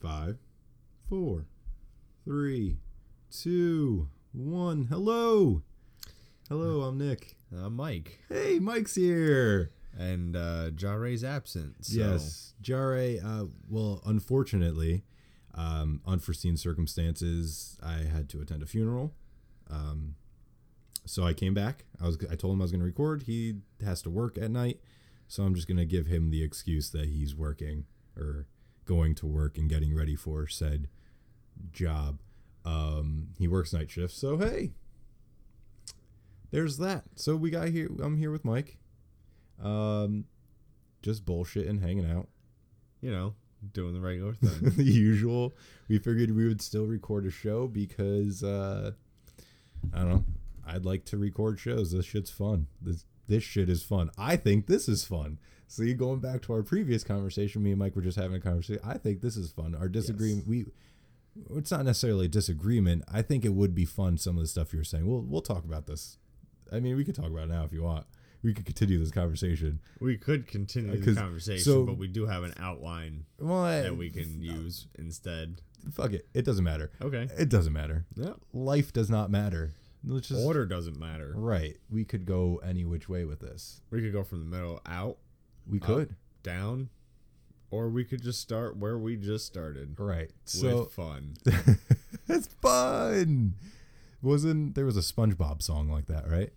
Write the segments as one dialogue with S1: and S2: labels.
S1: five, four, three, two, one. Hello. Hello, I'm Nick.
S2: Uh, Mike
S1: Hey, Mike's here.
S2: and uh, Ja Ray's absent. So
S1: Yes. Jare, uh, well, unfortunately, um, unforeseen circumstances, I had to attend a funeral. Um, so I came back. I was I told him I was going to record. He has to work at night. So I'm just going to give him the excuse that he's working or going to work and getting ready for said job. Um, he works night shifts. So hey, there's that. So we got here I'm here with Mike. Um, just bullshit and hanging out.
S2: you know, doing the regular thing.
S1: the usual. We figured we would still record a show because uh, I don't know. I'd like to record shows. This shit's fun. This this shit is fun. I think this is fun. See, going back to our previous conversation, me and Mike were just having a conversation. I think this is fun. Our disagreement, we. It's not necessarily a disagreement. I think it would be fun. Some of the stuff you were saying. We'll we'll talk about this. I mean, we could talk about it now if you want. We could continue this conversation.
S2: we could continue the
S1: Uh, 'Cause-
S2: conversation,
S1: so- Uh,
S2: but we do have an outline
S1: Well, I-
S2: that we can use instead.
S1: fuck it. It doesn't matter.
S2: Okay.
S1: It doesn't matter.
S2: Yeah.
S1: life does not matter. Let's just
S2: Order doesn't matter.
S1: right. We could go any which way with this.
S2: We could go from the middle out,
S1: We could.
S2: down, or we could just start where we just started
S1: right. So
S2: with fun.
S1: it's fun. Wasn't there was a SpongeBob song like that, right?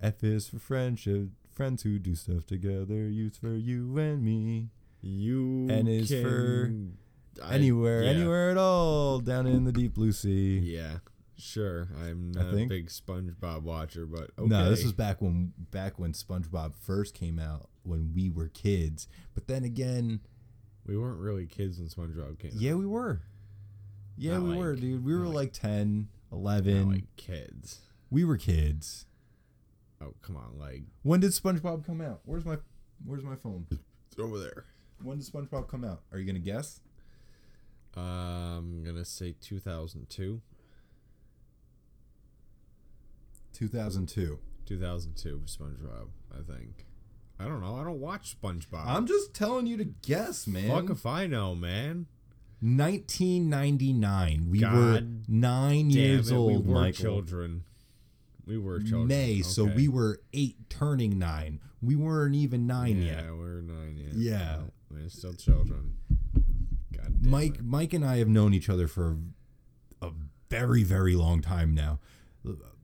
S1: F is for friendship, friends who do stuff together. U's for you and me.
S2: You
S1: And is
S2: can,
S1: for
S2: I-
S1: anywhere,
S2: yeah.
S1: anywhere at all, down in the deep blue sea.
S2: Yeah. Sure, I'm not a
S1: think.
S2: big SpongeBob watcher, but okay.
S1: No, this was back when back when SpongeBob first came out when we were kids. But then again,
S2: we weren't really kids when SpongeBob came. out.
S1: Yeah, we were. Yeah,
S2: Not
S1: we
S2: like-
S1: were, dude. We were like,
S2: not like-
S1: 10,
S2: Not
S1: 11.
S2: like kids.
S1: we were kids.
S2: Oh come on, like
S1: When did SpongeBob come out? Where's my Where's my phone?
S2: it's over there.
S1: When did SpongeBob come out? Are you going to guess?
S2: I'm gonna say 2002,
S1: 2002.
S2: 2002 for SpongeBob. I think. I don't know. I don't watch SpongeBob.
S1: I'm just telling you to guess, man.
S2: fuck if I know, man.
S1: 1999. We were
S2: God
S1: 9
S2: Damn
S1: years
S2: it,
S1: old,
S2: we were
S1: Michael.
S2: children. We were children.
S1: May, so
S2: Okay.
S1: we were 8 turning 9. We weren't even 9 yet.
S2: Yeah, we were nine yet.
S1: Yeah.
S2: No, we're still children. God damn
S1: Mike
S2: it.
S1: Mike and I have known each other for a very very long time now.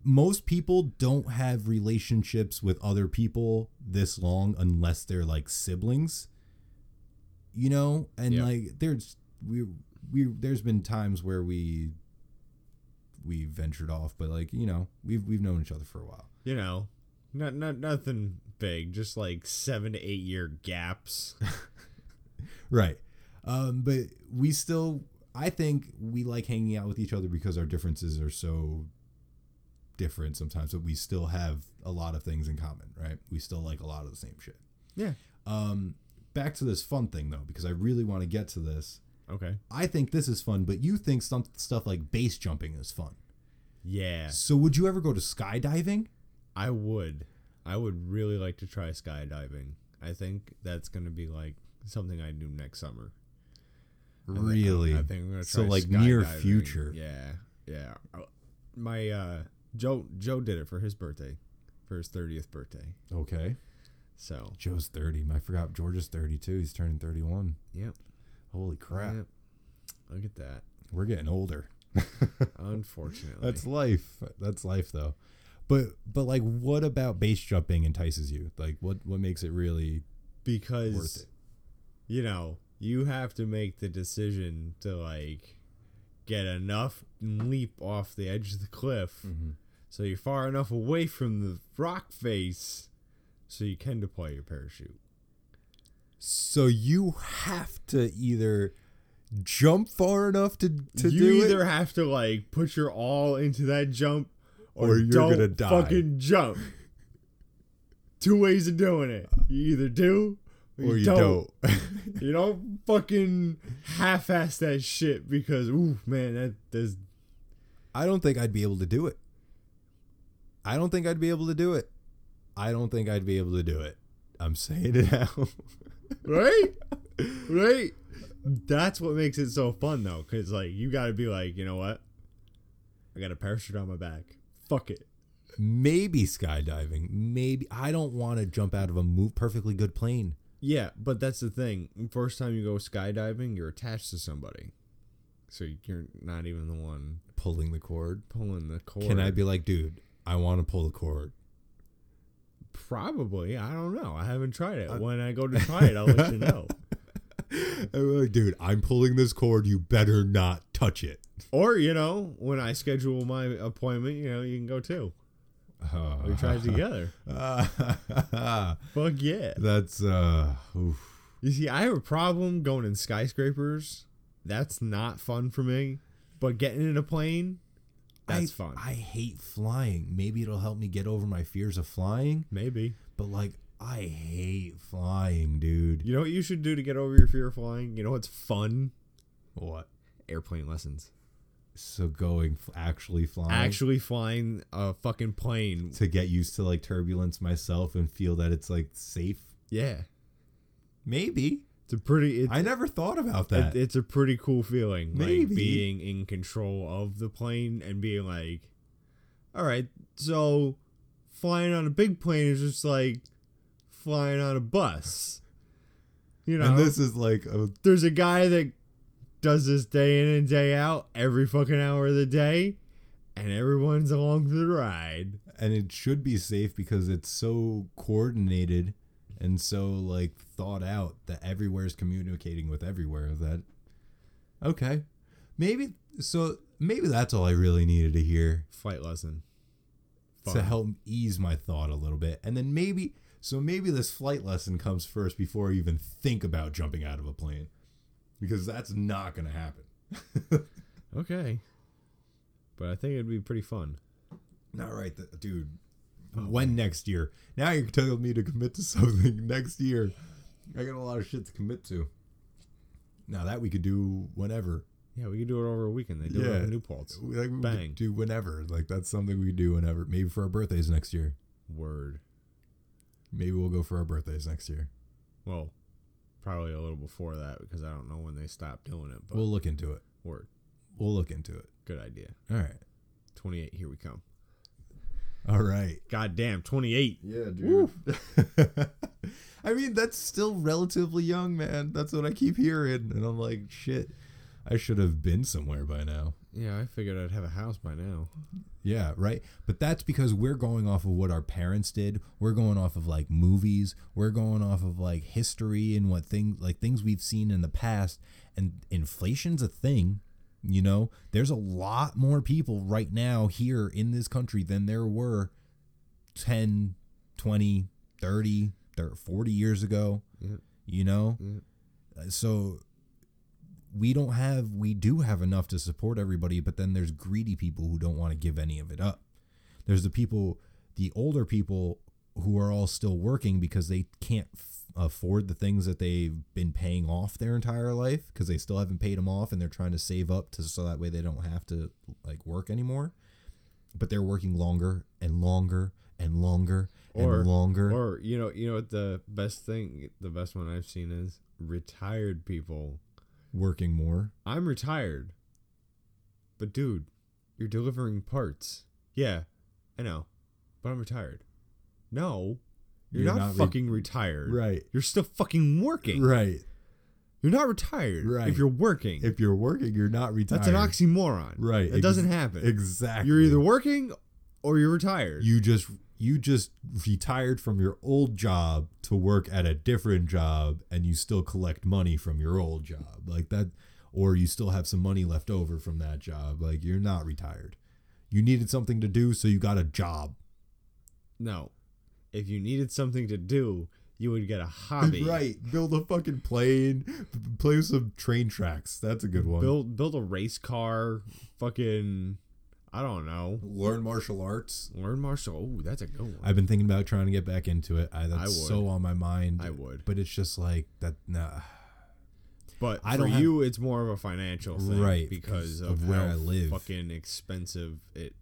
S1: Most people don't have relationships with other people this long unless they're like siblings. You know, and
S2: Yeah.
S1: like there's we we there's been times where we we ventured off, but like, you know, we've we've known each other for a while.
S2: You know, not not nothing big. Just like seven to eight year gaps.
S1: Right. Um, but we still, I think we like hanging out with each other because our differences are so different sometimes, but we still have a lot of things in common, right? We still like a lot of the same shit.
S2: yeah.
S1: Um, back to this fun thing though, because I really want to get to this.
S2: Okay.
S1: I think this is fun, but you think some stuff like base jumping is fun.
S2: Yeah.
S1: So would you ever go to skydiving?
S2: I would. I would really like to try skydiving. I think that's going to be like something I do next summer. I think-
S1: Really?
S2: I think I'm going to try
S1: So, like, near
S2: skydiving.
S1: future.
S2: Yeah. Yeah. Uh, My uh Joe Joe did it for his birthday, for his 30th birthday.
S1: Okay.
S2: So,
S1: Joe's 30. I forgot George is 32. He's turning 31.
S2: yep.
S1: Holy crap.
S2: yep. Look at that.
S1: We're getting older.
S2: Unfortunately.
S1: That's life. That's life though. But but like what about base jumping entices you? Like what what makes it really
S2: because
S1: worth it?
S2: you know, you have to make the decision to like get enough leap off the edge of the cliff
S1: Mm-hmm.
S2: so you're far enough away from the rock face so you can deploy your parachute.
S1: So you have to either jump far enough to to
S2: you
S1: do
S2: either
S1: it.
S2: have to like put your all into that jump or,
S1: Or you're
S2: don't
S1: gonna die.
S2: fucking jump. Two ways of doing it. You either do or,
S1: Or you
S2: don't.
S1: don't.
S2: you don't fucking half-ass that shit because ooh man that there's
S1: I don't think I'd be able to do it. I don't think I'd be able to do it. I don't think I'd be able to do it. I'm saying it out.
S2: right right that's what makes it so fun though, because like you got to be like, you know what? I got a parachute on my back. Fuck it.
S1: Maybe skydiving. Maybe I don't want to jump out of a move perfectly good plane.
S2: Yeah, but that's the thing. First time you go skydiving, you're attached to somebody, so you're not even the one
S1: Pulling the cord.
S2: pulling the cord.
S1: Can I be like, dude, I want to pull the cord.
S2: Probably. I don't know. I haven't tried
S1: Uh,
S2: it. when I go to try it, I'll let you know.
S1: I'm like, dude, I'm pulling this cord. You better not touch it.
S2: Or you know, when I schedule my appointment, you know, you can go too.
S1: Uh,
S2: We try it together. Fuck yeah.
S1: That's uh, oof.
S2: You see, I have a problem going in skyscrapers. That's not fun for me. But getting in a plane, that's
S1: I-
S2: fun.
S1: I hate flying. Maybe it'll help me get over my fears of flying,
S2: Maybe.
S1: but like I hate flying, dude.
S2: You know what you should do to get over your fear of flying? You know what's fun?
S1: What?
S2: Airplane lessons.
S1: So going f- actually flying
S2: Actually flying a fucking plane.
S1: to get used to like turbulence myself and feel that it's like safe.
S2: Yeah.
S1: Maybe.
S2: It's a pretty it's,
S1: I never thought about
S2: it-
S1: that.
S2: it's a pretty cool feeling.
S1: Maybe.
S2: Like being in control of the plane and being like, All right, so flying on a big plane is just like flying on a bus. You know
S1: and this is like a
S2: there's a guy that does this day in and day out every fucking hour of the day and everyone's along for the ride
S1: and it should be safe because it's so coordinated and so like thought out that everywhere is communicating with everywhere that okay maybe so maybe that's all i really needed to hear
S2: flight lesson
S1: to
S2: Fun.
S1: help ease my thought a little bit and then maybe so maybe this flight lesson comes first before i even think about jumping out of a plane because that's not going to happen
S2: okay but i think it'd be pretty fun
S1: not right th- dude
S2: Oh,
S1: when next year now you're telling me to commit to something next year i got a lot of shit to commit to now that we could do whenever
S2: yeah we could do it over a weekend they do it
S1: Yeah.
S2: over new paltz
S1: We- like, we could
S2: Bang.
S1: do whenever like that's something we could do whenever maybe for our birthdays next year
S2: word
S1: maybe we'll go for our birthdays next year
S2: well probably a little before that because i don't know when they stopped doing it but
S1: we'll look into it
S2: word
S1: we'll look into it
S2: good idea
S1: all right
S2: 28 here we come
S1: all right
S2: god damn 28
S1: yeah i mean that's still relatively young man that's what i keep hearing and i'm like shit i should have been somewhere by now
S2: yeah i figured i'd have a house by now
S1: Yeah, right. But that's because we're going off of what our parents did. We're going off of like movies. We're going off of like history and what things like things we've seen in the past. And inflation's a thing, you know. There's a lot more people right now here in this country than there were 10, 20, 30, thir- 40 years ago,
S2: Yeah.
S1: you know.
S2: Yeah.
S1: Uh, So we don't have we do have enough to support everybody but then there's greedy people who don't want to give any of it up there's the people the older people who are all still working because they can't f- afford the things that they've been paying off their entire life because they still haven't paid them off and they're trying to save up to so that way they don't have to like work anymore but they're working longer and longer and longer
S2: Or-
S1: and longer
S2: Or you know, you know what the best thing, the best one I've seen is retired people.
S1: working more
S2: I'm retired, but dude, you're delivering parts. Yeah, I know, but I'm retired. No, you're,
S1: You're
S2: not,
S1: not re-
S2: fucking retired.
S1: right
S2: You're still fucking working.
S1: right
S2: You're not retired.
S1: Right.
S2: If you're working,
S1: if you're working you're not retired
S2: that's an oxymoron.
S1: Right,
S2: It
S1: ex-
S2: doesn't happen.
S1: exactly
S2: You're either working or you're retired.
S1: you just you just retired from your old job to work at a different job and you still collect money from your old job like that or you still have some money left over from that job like you're not retired you needed something to do so you got a job
S2: no, if you needed something to do, you would get a hobby.
S1: right build a fucking plane play with some train tracks that's a good one
S2: build build a race car fucking i don't know
S1: learn martial arts
S2: learn martial oh that's a good one
S1: i've been thinking about trying to get back into it I, that's
S2: I would.
S1: so on my mind
S2: I would.
S1: but it's just like that nah
S2: but
S1: I
S2: for
S1: don't have-
S2: you it's more of a financial thing
S1: Right, because
S2: because of,
S1: of where
S2: how
S1: I live.
S2: fucking expensive it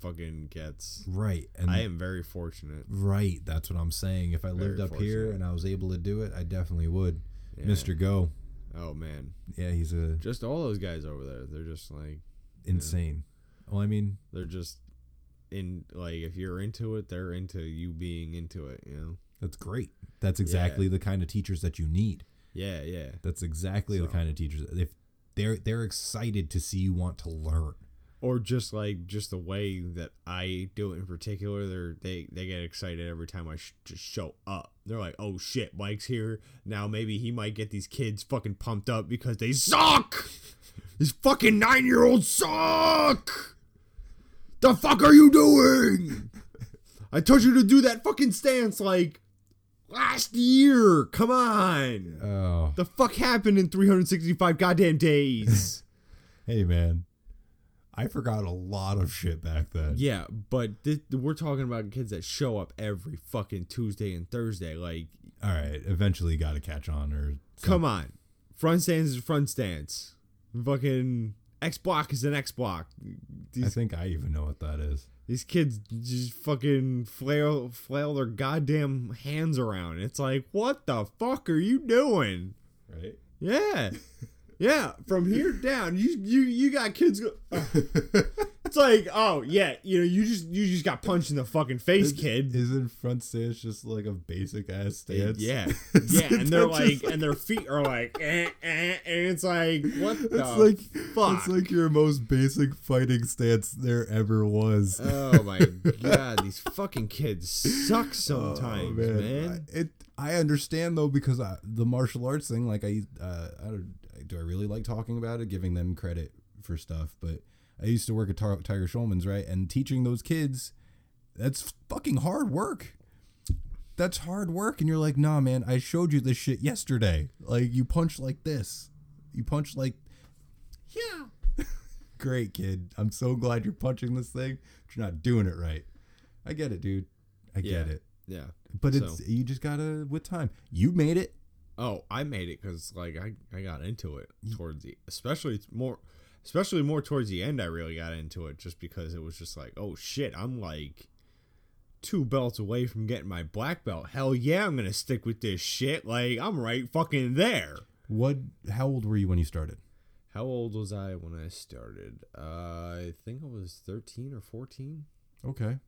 S2: fucking gets
S1: right and
S2: i am very fortunate
S1: Right, that's what I'm saying. If I lived
S2: Very
S1: up here
S2: fortunate.
S1: and I was able to do it, I definitely would.
S2: Yeah.
S1: Mr. Go,
S2: Oh man,
S1: Yeah, he's a
S2: just all those guys over there. They're just like
S1: insane. Well, I mean,
S2: they're just in like if you're into it, they're into you being into it. You know.
S1: that's great. That's exactly the kind of teachers that you need.
S2: Yeah, yeah,
S1: That's exactly the
S2: So-
S1: kind of teachers if they're they're excited to see you want to learn.
S2: or just like just the way that I do it in particular. They're they they get excited every time I sh- just show up. They're like, oh shit, Mike's here now. Maybe he might get these kids fucking pumped up because they suck. These fucking nine year olds suck. The fuck are you doing? I told you to do that fucking stance like last year. Come on.
S1: Oh,
S2: The fuck happened in 365 goddamn days?
S1: hey man, I forgot a lot of shit back then.
S2: Yeah, but th- we're talking about kids that show up every fucking Tuesday and Thursday. Like,
S1: All right, eventually got to catch on or
S2: come on, front stands is front stands. Fucking X block is an X block.
S1: I
S2: These
S1: think I even know what that is.
S2: these kids just fucking flail flail their goddamn hands around. It's like, what the fuck are you doing?
S1: Right?
S2: Yeah, yeah. From here down, you you you got kids. Go- it's like, oh yeah, you know, you just you just got punched in the fucking face, kid.
S1: Isn't front stance just like a basic ass stance?
S2: Yeah, yeah, and they're
S1: They're
S2: like,
S1: just
S2: and their feet are like, eh, eh, and it's like, what the
S1: It's like
S2: fuck?
S1: it's like your most basic fighting stance there ever was.
S2: oh my god, these fucking kids suck
S1: Oh,
S2: sometimes, man.
S1: I, it I understand though because I, the martial arts thing, like I, uh, I don't, do I really like talking about it, giving them credit for stuff, but I used to work at Tar- Tiger Schulman's, right, and teaching those kids, that's fucking hard work. That's hard work, and you're like, nah, man, I showed you this shit yesterday. Like you punch like this, you punch like, yeah. Great kid. I'm so glad you're punching this thing, but you're not doing it right. I get it, dude. I
S2: Yeah.
S1: get it.
S2: Yeah.
S1: But
S2: So-
S1: it's you just gotta with time. You made it.
S2: Oh, I made it because like I I got into it towards the, especially it's more, especially more towards the end. I really got into it just because it was just like, oh shit, I'm like. Two belts away from getting my black belt. Hell yeah, I'm gonna stick with this shit. Like I'm right fucking there.
S1: What? How old were you when you started?
S2: How old was I when I started? Uh, I think I was 13 or 14.
S1: Okay.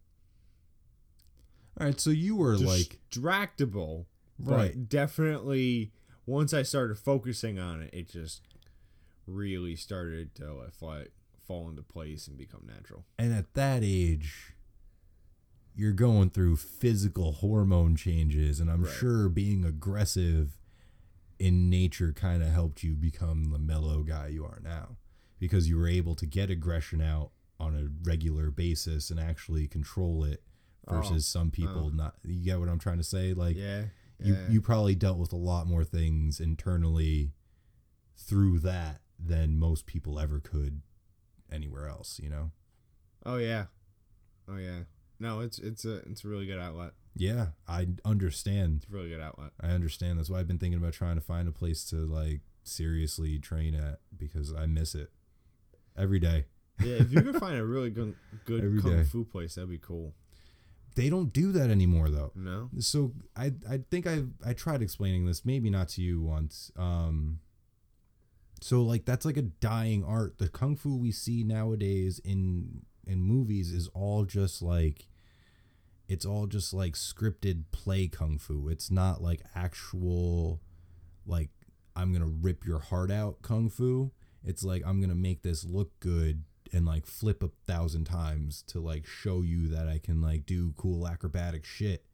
S1: All right, so you were like
S2: Distractible.
S1: right.
S2: But definitely, once I started focusing on it, it just really started to like, fly, fall into place and become natural.
S1: and at that age, you're going through physical hormone changes, and I'm
S2: Right.
S1: sure being aggressive in nature kind of helped you become the mellow guy you are now, because you were able to get aggression out on a regular basis and actually control it,
S2: Oh,
S1: versus some people
S2: oh.
S1: not. You get what I'm trying to say? Like,
S2: yeah.
S1: you
S2: yeah.
S1: you probably dealt with a lot more things internally through that than most people ever could anywhere else you know
S2: Oh, yeah. Oh, yeah. No, it's it's a it's a really good outlet.
S1: yeah i understand
S2: It's a really good outlet.
S1: i understand that's why i've been thinking about trying to find a place to like seriously train at because i miss it every day
S2: Yeah, if you can find a really good good
S1: Every
S2: kung
S1: day.
S2: fu place, that'd be cool.
S1: they don't do that anymore though
S2: No.
S1: so I I think I I tried explaining this maybe not to you once. Um so like that's like a dying art. The kung fu we see nowadays in in movies is all just like it's all just like scripted play kung fu. It's not like actual like I'm going to rip your heart out kung fu. It's like I'm going to make this look good and like flip a thousand times to like show you that I can like do cool acrobatic shit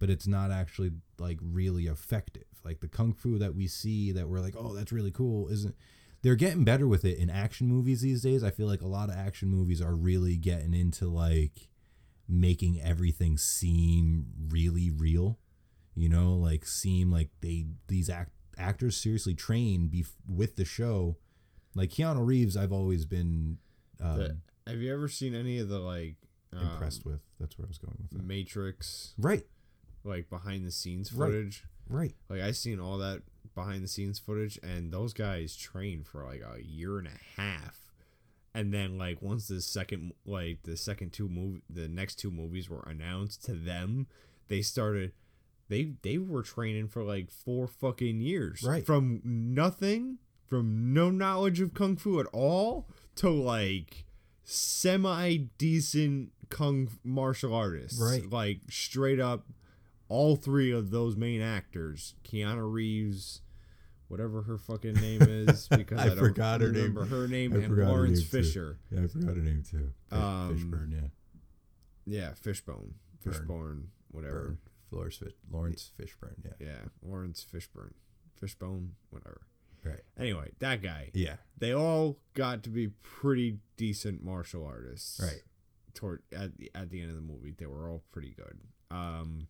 S1: but it's not actually like really effective. Like the kung fu that we see that we're like, oh, that's really cool, isn't they're getting better with it in action movies these days. I feel like a lot of action movies are really getting into like making everything seem really real. You know, like seem like they these act actors seriously train bef- with the show. Like Keanu Reeves, I've always been um,
S2: The- have you ever seen any of the like um,
S1: impressed with. That's where I was going with that.
S2: Matrix
S1: Right,
S2: like behind the scenes
S1: Right.
S2: footage.
S1: right.
S2: Like I seen all that behind the scenes footage and those guys trained for like a year and a half. And then like once the second like the second two movie the next two movies were announced to them, they started they they were training for like four fucking years,
S1: Right.
S2: From nothing, from no knowledge of kung fu at all, to like semi decent kung martial artists,
S1: Right.
S2: Like straight up, all three of those main actors, Keanu Reeves. Whatever her fucking name is, because
S1: I
S2: I, don't
S1: forgot her name.
S2: remember her name,
S1: I
S2: and
S1: forgot her
S2: Lawrence
S1: name, too.
S2: Fisher.
S1: Yeah, I forgot her name too. Fish,
S2: Um,
S1: Fishburne, yeah.
S2: Yeah, Fishbone,
S1: Burn.
S2: Fishborn, whatever.
S1: Florence, Fish, Lawrence Fishburne, yeah.
S2: Yeah, Lawrence Fishburne, Fishbone, whatever.
S1: Right.
S2: Anyway, that guy.
S1: Yeah.
S2: They all got to be pretty decent martial artists.
S1: Right.
S2: Toward at the, at the end of the movie, they were all pretty good. Um.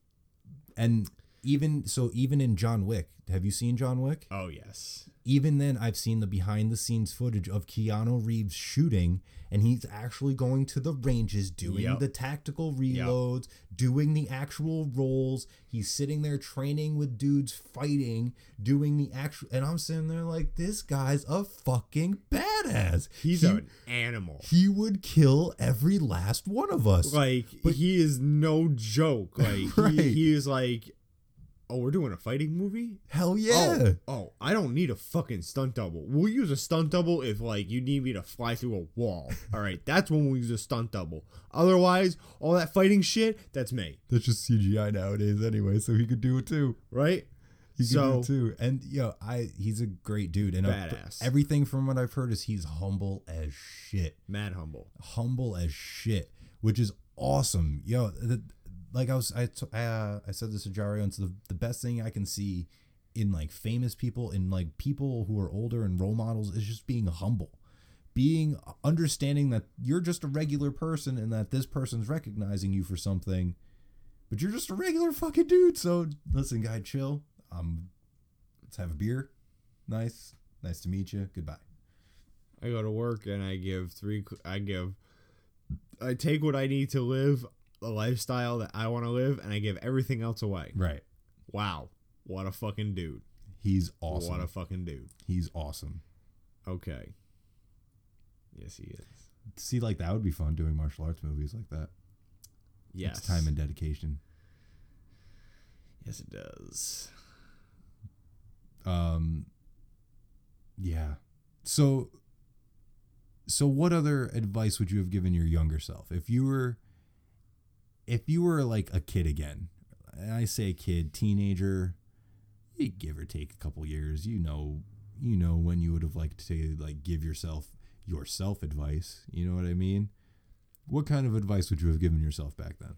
S1: And even so, even in John Wick, have you seen John Wick?
S2: Oh yes.
S1: Even then, I've seen the behind the scenes footage of Keanu Reeves shooting, and he's actually going to the ranges, doing
S2: Yep.
S1: the tactical reloads, doing the actual roles. He's sitting there training with dudes, fighting, doing the actual. And I'm sitting there like, this guy's a fucking badass.
S2: He's
S1: he,
S2: an animal.
S1: he would kill every last one of us.
S2: Like he is no joke. Like
S1: Right.
S2: he, he is like, oh, we're doing a fighting movie.
S1: Hell yeah.
S2: Oh, oh, I don't need a fucking stunt double. We'll use a stunt double if like you need me to fly through a wall. All right, that's when we'll use a stunt double. Otherwise, all that fighting shit, that's me,
S1: That's just CGI nowadays anyway, so he could do it too.
S2: right?
S1: He could
S2: So-
S1: do it too. And yo, I he's a great dude and I've-
S2: Badass.
S1: everything from what I've heard is he's humble as shit.
S2: Mad humble.
S1: Humble as shit, which is awesome. Yo, the, like I was I t- I, uh, I said this to Jario and it's the, the best thing I can see in like famous people in like people who are older and role models is just being humble. Being understanding that you're just a regular person and that this person's recognizing you for something but you're just a regular fucking dude. So listen, guy, chill. Um, let's have a beer. Nice, nice to meet you. Goodbye.
S2: I go to work and I give three. I give. I take what I need to live a lifestyle that I want to live, and I give everything else away.
S1: Right.
S2: Wow, what a fucking dude!
S1: He's awesome.
S2: What a fucking dude.
S1: He's awesome.
S2: Okay. Yes, he is.
S1: See, like that would be fun doing martial arts movies like that.
S2: Yes.
S1: It's time and dedication.
S2: yes, it does.
S1: Um, yeah. So, so what other advice would you have given your younger self if you were, if you were like a kid again? And I say kid, teenager, you give or take a couple years. You know, you know when you would have liked to like give yourself yourself advice. You know what I mean? What kind of advice would you have given yourself back then?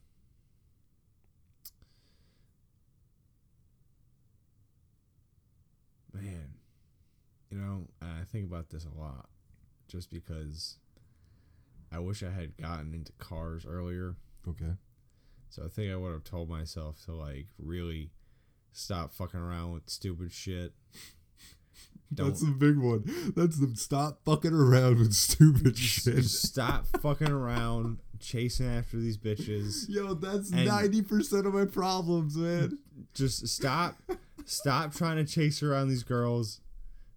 S2: man you know i think about this a lot just because i wish i had gotten into cars earlier
S1: Okay.
S2: so i think i would have told myself to like really stop fucking around with stupid shit don't
S1: That's the big one. That's the stop fucking around with stupid shit.
S2: stop fucking around chasing after these bitches
S1: Yo, that's
S2: And-
S1: ninety percent of my problems, man.
S2: just stop stop trying to chase around these girls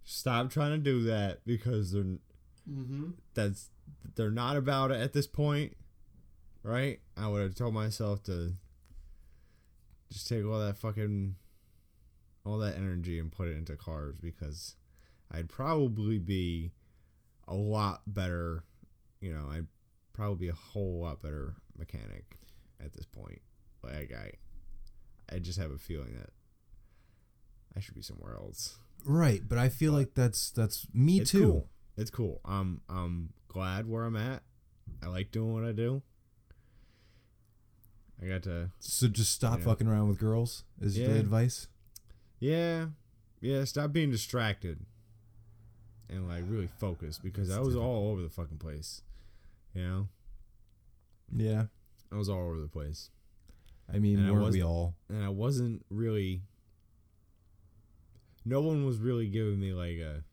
S2: stop trying to do that because they're
S1: Mm-hmm.
S2: that's they're not about it at this point, right? I would have told myself to just take all that fucking all that energy and put it into cars because I'd probably be a lot better, you know, I'd probably be a whole lot better mechanic at this point. Like I I just have a feeling that I should be somewhere else.
S1: Right, but I feel like that's that's me too.
S2: Cool. It's cool. Um, I'm glad where I'm at. I like doing what I do. I got to,
S1: So just stop
S2: Yeah.
S1: fucking around with girls is
S2: Yeah.
S1: the advice.
S2: yeah, yeah. Stop being distracted, and like really focus because I was all over the fucking place. You know,
S1: Yeah,
S2: I was all over the place,
S1: I mean,
S2: And I
S1: weren't
S2: was-
S1: we all?
S2: and I wasn't really. No one was really giving me like a,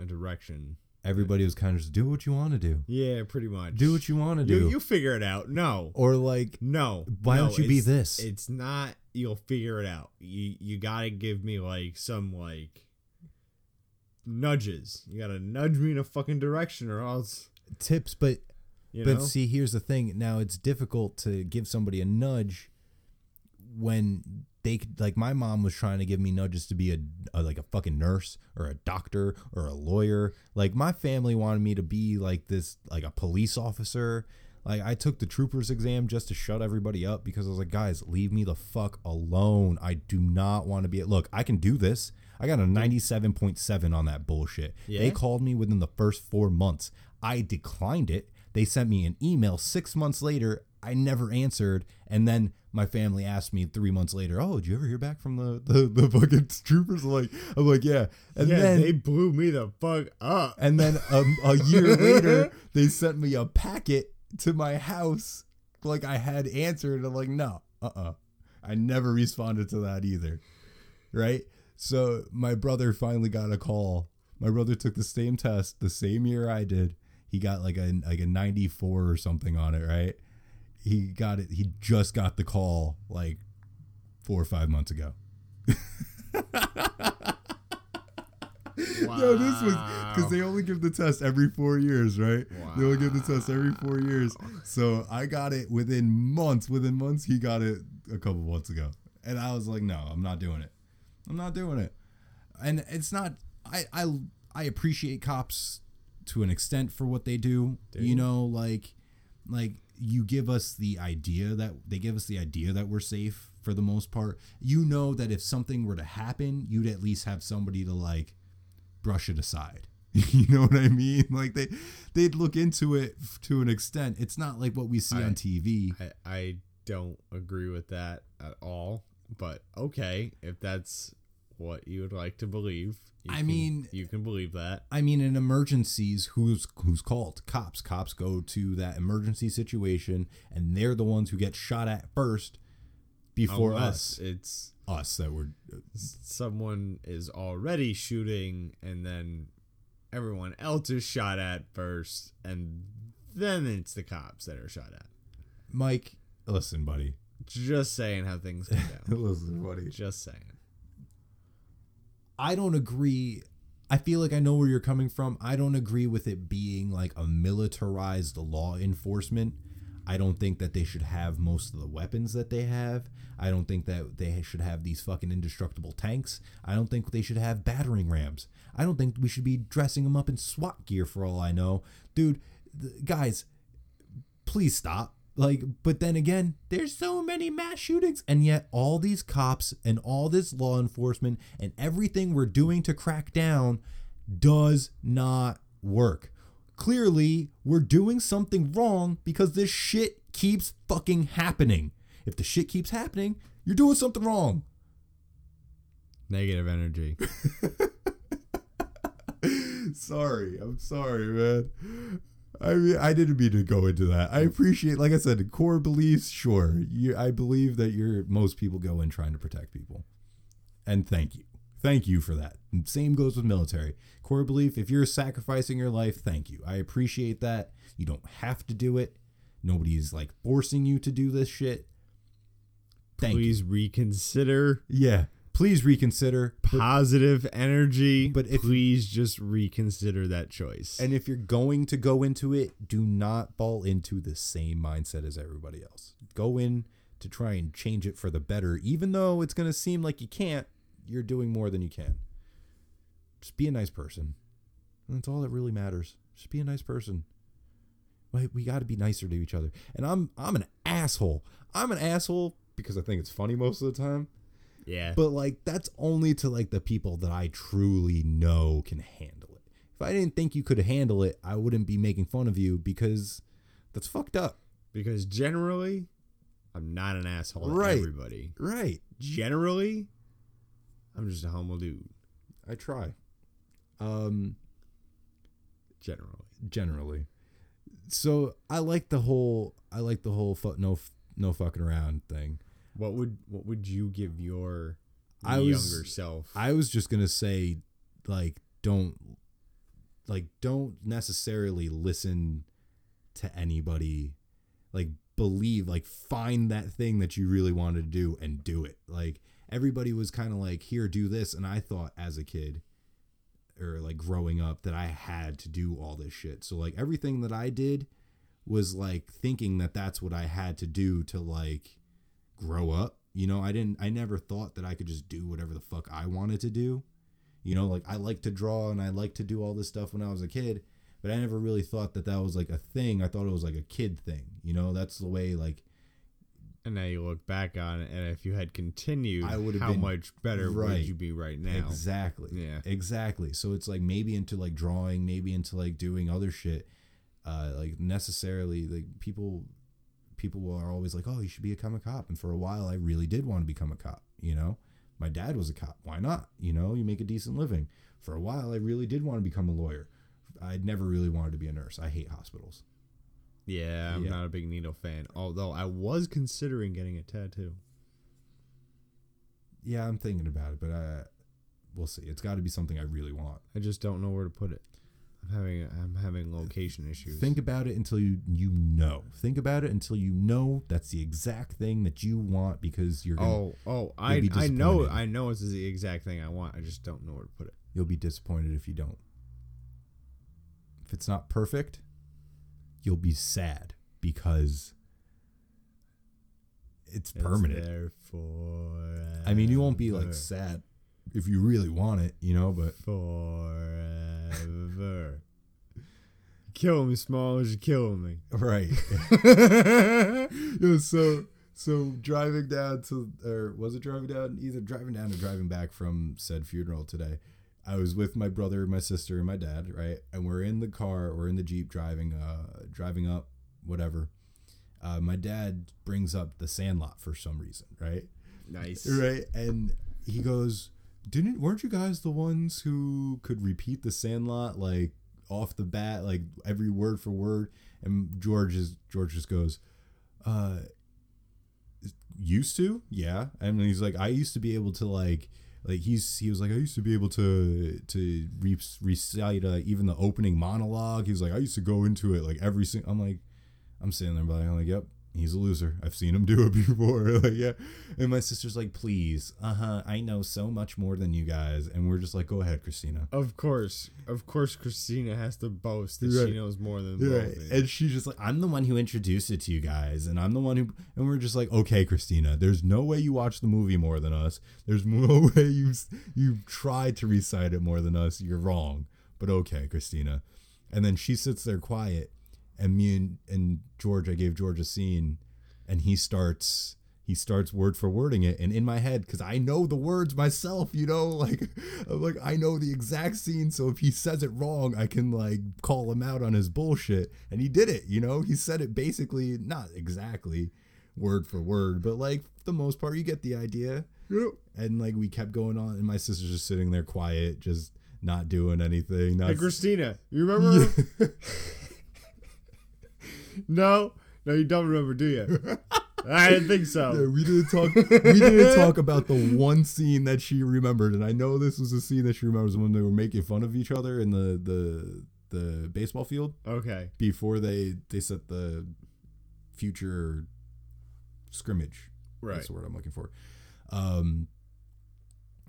S2: a direction.
S1: Everybody was kind of just do what you want to do,
S2: Yeah, pretty much.
S1: do what you want to do,
S2: You, you figure it out. No.
S1: or like
S2: No.
S1: why
S2: no,
S1: don't you be
S2: it's-
S1: this?
S2: It's not you'll figure it out. You you gotta give me like some like nudges. You gotta nudge me in a fucking direction or else
S1: tips. But
S2: you
S1: but
S2: know
S1: see, here's the thing. Now it's difficult to give somebody a nudge when they could like my mom was trying to give me nudges to be a, a like a fucking nurse or a doctor or a lawyer. Like my family wanted me to be like this like a police officer. Like I took the troopers exam just to shut everybody up because I was like, guys, leave me the fuck alone. I do not want to be. Look, I can do this. I got a ninety-seven point seven on that bullshit. They
S2: Yeah?
S1: called me within the first four months. I declined it. They sent me an email six months later. I never answered. And then my family asked me three months later, Oh, did you ever hear back from the, the, the fucking troopers? I'm like, I'm like, yeah. And
S2: yeah,
S1: then
S2: they blew me the fuck up.
S1: and then um, a year later, they sent me a packet to my house. Like I had answered. I'm like, no, uh uh I never responded to that either. Right? So my brother finally got a call. My brother took the same test the same year I did. He got like a like a 94 or something on it, right? He got it. He just got the call like four or five months ago. No, this was because they only give the test every four years, right? They only give the test every four years. So I got it within months. Within months, he got it a couple months ago, and I was like, "No, I'm not doing it. I'm not doing it." And it's not. I I I appreciate cops to an extent for what they do. You know, like like you give us the idea that they give us the idea that we're safe for the most part. You know that if something were to happen, you'd at least have somebody to like brush it aside. you know what I mean? Like they they'd look into it f- to an extent. It's not like what we see
S2: I-
S1: on TV.
S2: I, I don't agree with that at all. But okay, if that's what you would like to believe, you
S1: I
S2: can-
S1: mean-
S2: you can believe that.
S1: I mean, in emergencies, who's who's called? Cops. Cops go to that emergency situation, and they're the ones who get shot at first, before
S2: Unless
S1: Oh, us.
S2: it's
S1: Us that were
S2: someone is already shooting and then everyone else is shot at first and then it's the cops that are shot at.
S1: Mike. Listen, buddy.
S2: Just saying how things go down.
S1: Listen, buddy.
S2: Just saying.
S1: I don't agree. I feel like I know where you're coming from. I don't agree with it being like a militarized law enforcement. I don't think that they should have most of the weapons that they have. I don't think that they should have these fucking indestructible tanks. I don't think they should have battering rams. I don't think we should be dressing them up in SWAT gear for all I know. Dude, th- guys, please stop. Like, but then again, there's so many mass shootings, and yet all these cops and all this law enforcement and everything we're doing to crack down does not work. Clearly, we're doing something wrong because this shit keeps fucking happening. If the shit keeps happening, you're doing something wrong.
S2: Negative energy.
S1: sorry. I'm sorry, man. I mean, I didn't mean to go into that. I appreciate, like I said, core beliefs. Sure, you, I believe that you're most people go in trying to protect people, and thank you, thank you for that. And Same goes with military core belief. If you're sacrificing your life, thank you. I appreciate that. You don't have to do it. Nobody's like forcing you to do this shit. Thank you.
S2: Please reconsider
S1: Yeah, please reconsider.
S2: positive energy.
S1: But if-
S2: please just reconsider that choice.
S1: And if you're going to go into it, do not fall into the same mindset as everybody else. Go in to try and change it for the better, even though it's going to seem like you can't. You're doing more than you can. Just be a nice person. That's all that really matters. Just be a nice person. Wait, we got to be nicer to each other. And I'm I'm an asshole. I'm an asshole because I think it's funny most of the time.
S2: yeah.
S1: But like that's only to like the people that I truly know can handle it. If I didn't think you could handle it, I wouldn't be making fun of you because that's fucked up.
S2: because generally, I'm not an asshole
S1: Right.
S2: to everybody.
S1: Right.
S2: Generally, I'm just a humble dude.
S1: I try. Um
S2: Generally.
S1: generally. So I like the whole I like the whole fu- no f- no fucking around thing.
S2: What would what would you give your
S1: I
S2: younger
S1: was-
S2: self?
S1: I was just gonna say, like, don't, like, don't necessarily listen to anybody. Like, believe, like, find that thing that you really wanted to do and do it. Like, everybody was kind of like, here, do this, and I thought as a kid, or like growing up, that I had to do all this shit. So like, everything that I did was like thinking that that's what I had to do to like grow up You know, I didn't I never thought that I could just do whatever the fuck I wanted to do. You know, like I like to draw and I like to do all this stuff when I was a kid, but I never really thought that that was like a thing. I thought it was like a kid thing. You know, that's the way like
S2: And now you look back on it, and if you had continued,
S1: I would've
S2: how
S1: been-
S2: much better
S1: right.
S2: would you be right now?
S1: Exactly.
S2: Yeah.
S1: Exactly. So it's like maybe into like drawing, maybe into like doing other shit. Uh, like necessarily, like people, people are always like, "Oh, you should be a comic cop." And for a while, I really did want to become a cop. You know, my dad was a cop. Why not? You know, you make a decent living. For a while, I really did want to become a lawyer. I never really wanted to be a nurse. I hate hospitals.
S2: Yeah, I'm
S1: Yeah.
S2: not a big needle fan. Although I was considering getting a tattoo.
S1: Yeah, I'm thinking about it, but I, we'll see. It's got to be something I really want.
S2: I just don't know where to put it. I'm having I'm having location issues.
S1: Think about it until you you know. Think about it until you know that's the exact thing that you want because you're gonna,
S2: oh oh I
S1: be
S2: I know
S1: disappointed.
S2: I know this is the exact thing I want. I just don't know where to put it.
S1: you'll be disappointed if you don't. If it's not perfect, you'll be sad because it's permanent.
S2: It's there forever.
S1: I mean, you won't be like sad if you really want it, you know, but
S2: forever. kill me, small as you kill me.
S1: right. it was so so driving down to or was it driving down either driving down or driving back from said funeral today i was with my brother my sister and my dad right and we're in the car we're in the jeep driving uh driving up whatever uh, my dad brings up the sandlot for some reason right
S2: nice.
S1: right and he goes didn't weren't you guys the ones who could repeat the sandlot like off the bat like every word for word and george is george just goes uh used to yeah and he's like i used to be able to like like he's he was like i used to be able to to re- recite uh, even the opening monologue he was like i used to go into it like every single i'm like i'm sitting there but i'm like yep he's a loser i've seen him do it before like yeah and my sister's like please uh-huh i know so much more than you guys and we're just like go ahead christina
S2: Of course, of course, Christina has to boast that
S1: Right.
S2: she knows more than both.
S1: Right.
S2: of you.
S1: And she's just like, I'm the one who introduced it to you guys, and I'm the one who, and we're just like, okay, Christina, there's no way you watch the movie more than us. There's no way you you tried to recite it more than us. You're wrong, but okay, Christina. And then she sits there quiet, and me and and George, I gave George a scene, and he starts. He starts word for wording it, and in my head, because I know the words myself, you know, like, I'm like I know the exact scene. So if he says it wrong, I can like call him out on his bullshit. And he did it, you know. He said it basically, not exactly word for word, but like for the most part, you get the idea.
S2: Yep.
S1: And like we kept going on, and my sister's just sitting there quiet, just not doing anything. Not
S2: Hey, Christina, you remember? no, no, you don't remember, do you? I didn't think
S1: Yeah,
S2: so.
S1: we didn't talk. we didn't talk about the one scene that she remembered, and I know this was a scene that she remembers when they were making fun of each other in the the the baseball field
S2: Okay,
S1: before they they set the future scrimmage.
S2: right.
S1: That's the word I'm looking for. Um,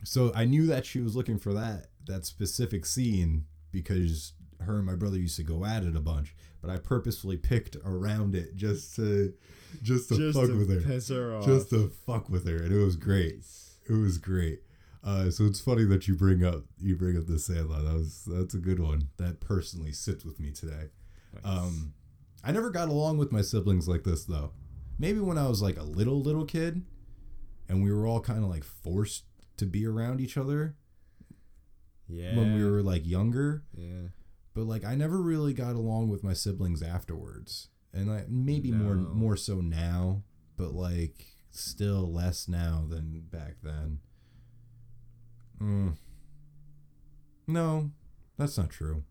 S1: so I knew that she was looking for that that specific scene because her and my brother used to go at it a bunch. But I purposefully picked around it just to just to
S2: Just
S1: fuck
S2: to
S1: with her
S2: piss her off.
S1: just to fuck with her, and it was great. It was great. Uh, so it's funny that you bring up you bring up the Sandlot. That was that's a good one. That personally sits with me today. Um, I never got along with my siblings like this though. Maybe when I was like a little little kid, and we were all kind of like forced to be around each other
S2: yeah.
S1: when we were like younger.
S2: yeah.
S1: But like I never really got along with my siblings afterwards, and I maybe more
S2: No.
S1: more so now, but like still less now than back then. Mm. No, that's not true.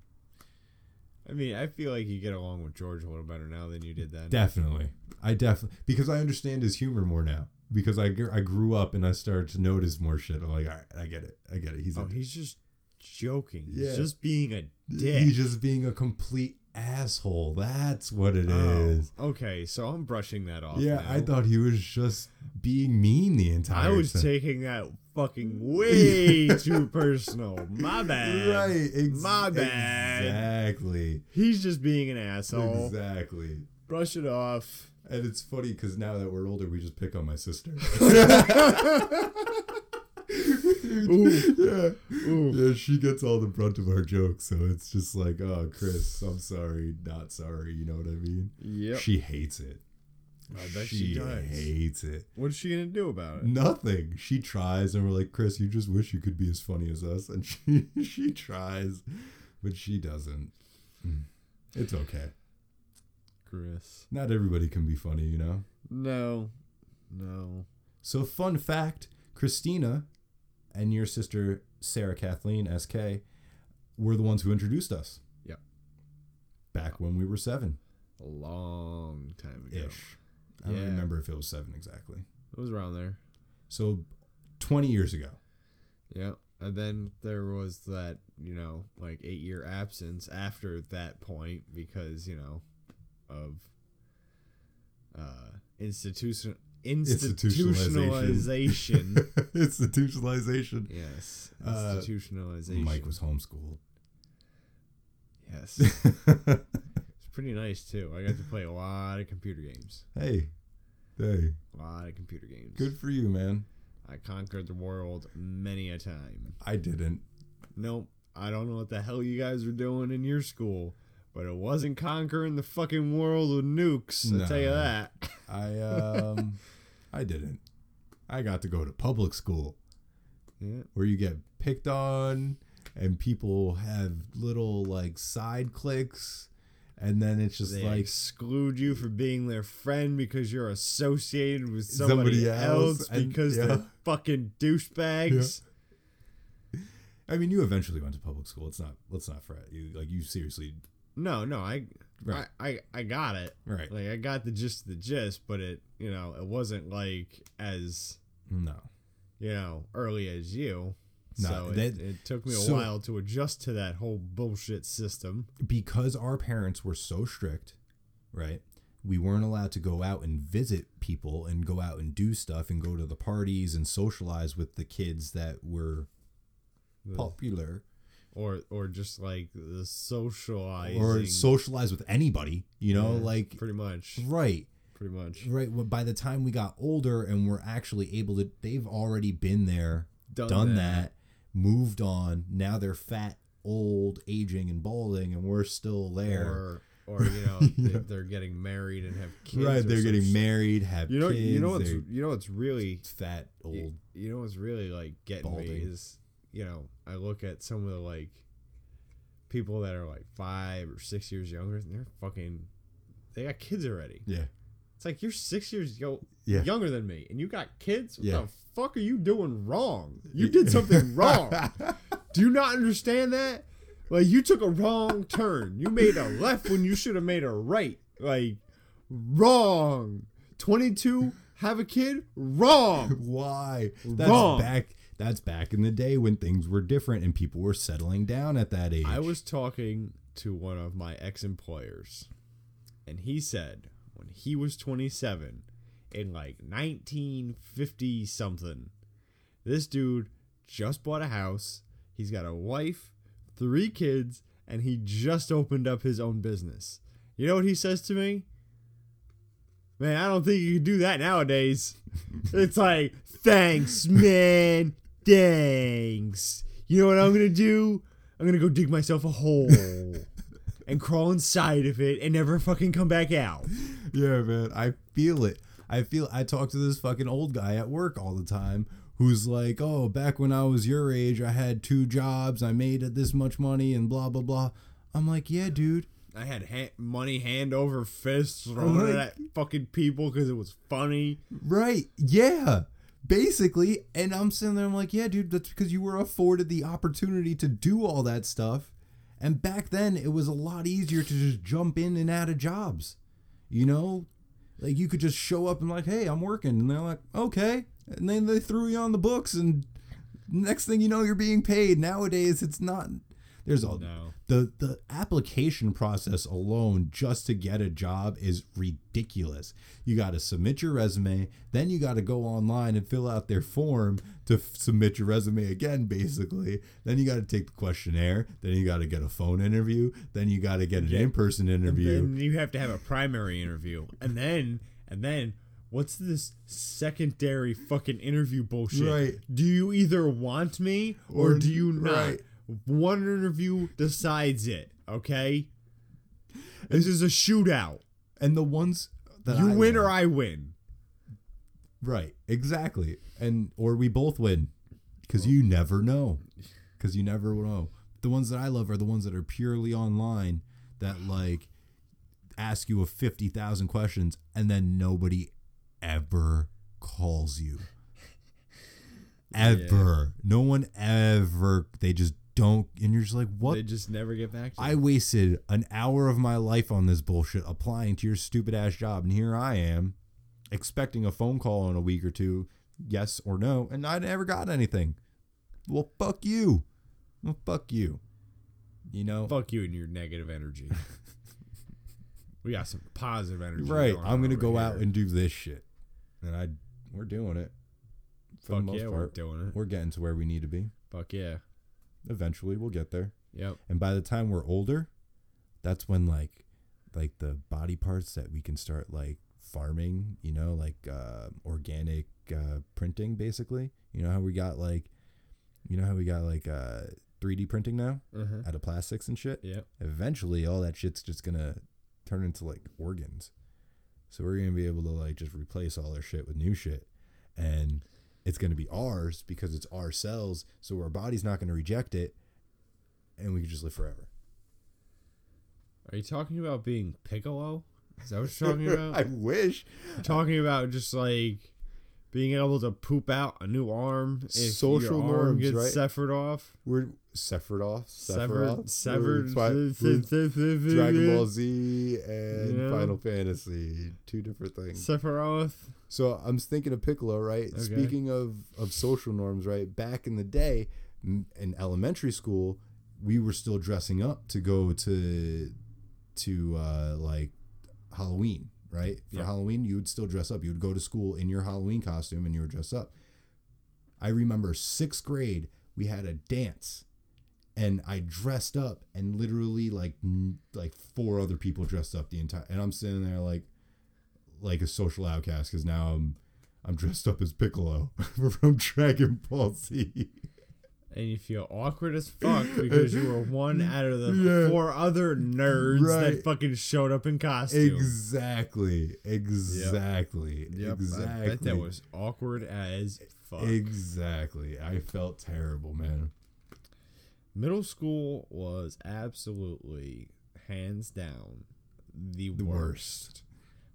S2: I mean, I feel like you get along with George a little better now than you did then.
S1: Definitely, I definitely because I understand his humor more now because I gr- I grew up and I started to notice more shit. I'm like, all right, I get it, I get it. He's
S2: oh,
S1: a,
S2: he's just joking.
S1: Yeah.
S2: He's just being a dick.
S1: he's just being a complete asshole. That's what it is.
S2: Oh, okay, so I'm brushing that off.
S1: Yeah,
S2: now.
S1: I thought he was just being mean the entire
S2: I
S1: time.
S2: was taking that fucking way too personal. My bad.
S1: Right. Ex-
S2: My bad.
S1: Exactly.
S2: He's just being an asshole.
S1: Exactly.
S2: brush it off.
S1: And it's funny because now that we're older, we just pick on my sister. yeah.
S2: Ooh.
S1: yeah, she gets all the brunt of our jokes. So it's just like, oh, Chris, I'm sorry, not sorry. You know what I mean?
S2: Yep.
S1: She hates it.
S2: I bet she does.
S1: hates it.
S2: What's she gonna do about it?
S1: Nothing. She tries, and we're like, Chris, you just wish you could be as funny as us. And she she tries, but she doesn't. Mm. It's okay.
S2: Chris.
S1: Not everybody can be funny, you know.
S2: No. No.
S1: So, fun fact Christina and your sister, Sarah Kathleen SK, were the ones who introduced us.
S2: Yep.
S1: Back when we were seven
S2: A long time ago.
S1: ish. I don't
S2: Yeah.
S1: remember if it was seven exactly.
S2: It was around there.
S1: So, 20 years ago.
S2: Yeah. And then there was that, you know, like eight year absence after that point because, you know, of uh institution institutionalization.
S1: Institutionalization.
S2: yes.
S1: Uh,
S2: Institutionalization.
S1: Mike was homeschooled.
S2: yes. It's pretty nice too. I got to play a lot of computer games.
S1: hey, hey,
S2: A lot of computer games.
S1: good for you, man.
S2: I conquered the world many a time.
S1: I didn't.
S2: Nope. I don't know what the hell you guys were doing in your school, but it wasn't conquering the fucking world with nukes. I'll tell you
S1: No.
S2: that.
S1: I um, I didn't. I got to go to public school.
S2: Yeah.
S1: where you get picked on and people have little like side clicks and then it's just
S2: They
S1: like
S2: exclude you for being their friend because you're associated with
S1: Somebody
S2: somebody,
S1: else,
S2: else,
S1: and-
S2: because
S1: yeah.
S2: they're fucking douchebags.
S1: I mean you eventually went to public school it's not let's not fret you like you seriously
S2: No, no, I,
S1: Right.
S2: I, I, I got it.
S1: right
S2: Like I got the gist of the gist, but it, you know, it wasn't like as
S1: no
S2: you know, early as you.
S1: No,
S2: so
S1: that-
S2: it, it took me a
S1: so-
S2: while to adjust to that whole bullshit system.
S1: because our parents were so strict right we weren't allowed to go out and visit people and go out and do stuff and go to the parties and socialize with the kids that were popular
S2: Or or just like the socializing
S1: or socialize with anybody you know
S2: Yeah,
S1: like
S2: pretty much.
S1: right
S2: Pretty much.
S1: Right. Well, by the time we got older and we're actually able to, they've already been there, done, that. moved on. Now they're fat, old, aging, and balding, and we're still there.
S2: Or or you know, they, they're getting married and have kids.
S1: right.
S2: or
S1: They're
S2: some
S1: getting
S2: shit.
S1: married, have
S2: You know
S1: kids.
S2: you know what's
S1: they're
S2: you know what's really
S1: fat, old.
S2: you, you know what's really like getting me
S1: Balding.
S2: is you know I look at some of the like people that are like five or six years younger and they're fucking they got kids already.
S1: yeah.
S2: It's like you're six years yo-
S1: Yeah.
S2: younger than me and you got kids. What
S1: Yeah.
S2: the fuck are you doing wrong? You did something wrong. Do you not understand that? Like you took a wrong turn. You made a left when you should have made a right. Like wrong. Twenty two, have a kid, wrong.
S1: Why? That's
S2: Wrong.
S1: back. That's back in the day when things were different and people were settling down at that age.
S2: I was talking to one of my ex employers, and he said when he was 27, in like 1950 something, this dude just bought a house. He's got a wife, three kids, and he just opened up his own business. You know what he says to me? Man, I don't think you can do that nowadays. It's like, thanks, man. Thanks. You know what I'm going to do? I'm going to go dig myself a hole and crawl inside of it and never fucking come back out.
S1: Yeah, man. I feel it. I feel I talk to this fucking old guy at work all the time who's like, "Oh, back when I was your age, I had two jobs, I made this much money and blah blah blah." I'm like, "Yeah, dude.
S2: I had ha- money hand over fist thrown
S1: Right.
S2: at fucking people because it was funny.
S1: Right. Yeah." Basically, and I'm sitting there I'm like, "Yeah, dude, that's because you were afforded the opportunity to do all that stuff." And back then, it was a lot easier to just jump in and out of jobs. You know, like you could just show up and like, hey, I'm working, and they're like, okay, and then they threw you on the books, and next thing you know, you're being paid. Nowadays, it's not. There's a
S2: No.
S1: the the application process alone just to get a job is ridiculous. You got to submit your resume, then you got to go online and fill out their form to f- submit your resume again basically. Then you got to take the questionnaire, then you got to get a phone interview, then you got to get an in-person interview.
S2: Then you have to have a primary interview, and then and then what's this secondary fucking interview bullshit?
S1: Right.
S2: Do you either want me or,
S1: Or-
S2: do you not?
S1: right.
S2: One interview decides it. Okay. This is a shootout.
S1: And the ones that
S2: You
S1: I
S2: win
S1: like-
S2: or I win.
S1: Right, exactly. And or we both win cuz you never know. Cuz you never know. The ones that I love are the ones that are purely online that like ask you a 50,000 questions and then nobody ever calls you. Ever. No one ever they just don't and you're just like what
S2: They just never get back to.
S1: I
S2: you.
S1: wasted an hour of my life on this bullshit applying to your stupid ass job, and here I am expecting a phone call in a week or two, yes or no, and I never got anything. Well, fuck you. Well, fuck you. You know,
S2: Fuck you and your negative energy. we got some positive energy.
S1: right?
S2: going
S1: I'm
S2: on
S1: gonna
S2: over
S1: go
S2: here.
S1: out and do this shit, and I we're doing it. For the
S2: fuck
S1: most
S2: yeah, we're
S1: part,
S2: doing it.
S1: we're getting to where we need to be.
S2: Fuck yeah.
S1: Eventually, we'll get there.
S2: Yep.
S1: and by the time we're older that's when like like the body parts that we can start like farming you know like uh, organic uh, printing basically you know how we got like you know how we got like uh, 3d printing now
S2: Uh-huh.
S1: out of plastics and shit
S2: Yep.
S1: eventually all that shit's just gonna turn into like organs so we're gonna be able to like just replace all our shit with new shit and it's gonna be ours because it's our cells so our body's not gonna reject it and we can just live forever
S2: Are you talking about being Piccolo? Is that what you're talking
S1: I
S2: about?
S1: wish
S2: talking about just like being able to poop out a new arm if
S1: Social
S2: your arm
S1: norms,
S2: gets
S1: right?
S2: severed off.
S1: we're severed off,
S2: Severed, severed.
S1: Dragon Ball Z and
S2: Yeah.
S1: Final Fantasy, two different things.
S2: Sephiroth.
S1: So I'm just thinking of Piccolo, right?
S2: Okay.
S1: Speaking of of social norms, right? Back in the day, m- in elementary school, we were still dressing up to go to to uh, like Halloween, right? For
S2: Yeah.
S1: Halloween, you would still dress up. You would go to school in your Halloween costume, and you were dressed up. I remember sixth grade, we had a dance, and I dressed up, and literally like n- like four other people dressed up the entire. And I'm sitting there like like a social outcast because now I'm I'm dressed up as Piccolo from Dragon Ball Z.
S2: And you feel awkward as fuck because you were one out of the
S1: Yeah.
S2: four other nerds
S1: Right.
S2: that fucking showed up in costume.
S1: exactly, exactly, exactly.
S2: I bet that was awkward as fuck.
S1: exactly. I felt terrible, man.
S2: Middle school was absolutely hands down the,
S1: The
S2: worst.
S1: worst,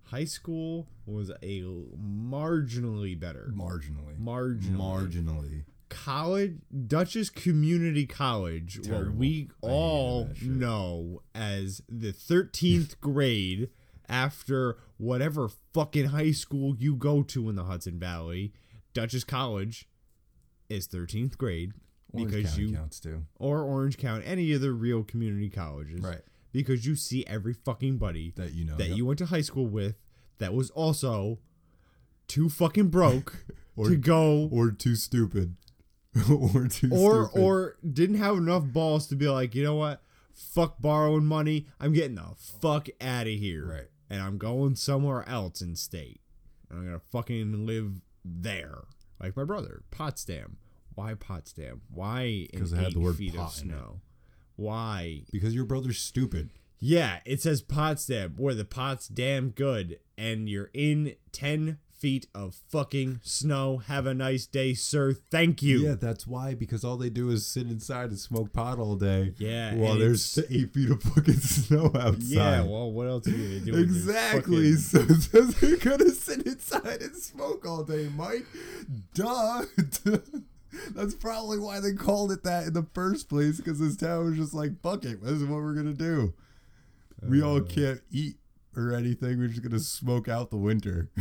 S2: High school was a l- marginally better.
S1: marginally,
S2: Marginally.
S1: marginally.
S2: College, Dutchess Community College,
S1: Terrible.
S2: what we
S1: I hated
S2: all
S1: that shit.
S2: know as the 13th grade after whatever fucking high school you go to in the Hudson Valley, Dutchess College is 13th grade
S1: Orange
S2: because
S1: County
S2: you
S1: counts too,
S2: or Orange County, any of the real community colleges,
S1: right? oh,
S2: Because you see every fucking buddy
S1: That you know
S2: that you went to high school with that was also too fucking broke
S1: Or-
S2: to go
S1: or too stupid, or too
S2: or
S1: stupid.
S2: or didn't have enough balls to be like, you know what? Fuck borrowing money. I'm getting the fuck out of here.
S1: Right.
S2: And I'm going somewhere else in state. And I'm gonna fucking live there. Like my brother, Potsdam. Why Potsdam? Why in
S1: 'Cause it had
S2: eight
S1: the word
S2: feet of
S1: pot in it.
S2: snow? Why
S1: because your brother's stupid.
S2: yeah, it says Potsdam, where the pot's damn good, and you're in 10 feet of fucking snow. Have a nice day, sir. Thank you.
S1: Yeah, that's why because all they do is sit inside and smoke pot all day.
S2: Yeah,
S1: While
S2: and
S1: there's eight feet of fucking snow outside.
S2: Yeah, well, what else are you doing?
S1: exactly. So so they're gonna sit inside and smoke all day, Mike. Duh. That's probably why they called it that in the first place because this town was just like, fuck it, this is what we're gonna do. We all
S2: Uh.
S1: can't eat or anything. We're just gonna smoke out the winter.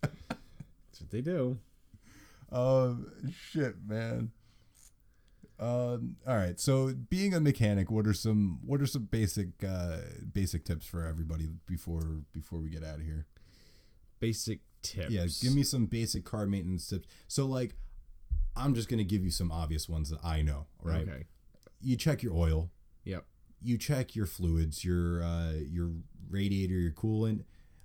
S2: That's what they do.
S1: Oh, Um, shit, man. Um, all right. So, being a mechanic, what are some what are some basic uh, basic tips for everybody before before we get out of here?
S2: Basic tips.
S1: Yeah, give me some basic car maintenance tips. So, like, I'm just gonna give you some obvious ones that I know. Right.
S2: Okay.
S1: You check your oil.
S2: Yep.
S1: You check your fluids. Your uh, your radiator, your coolant,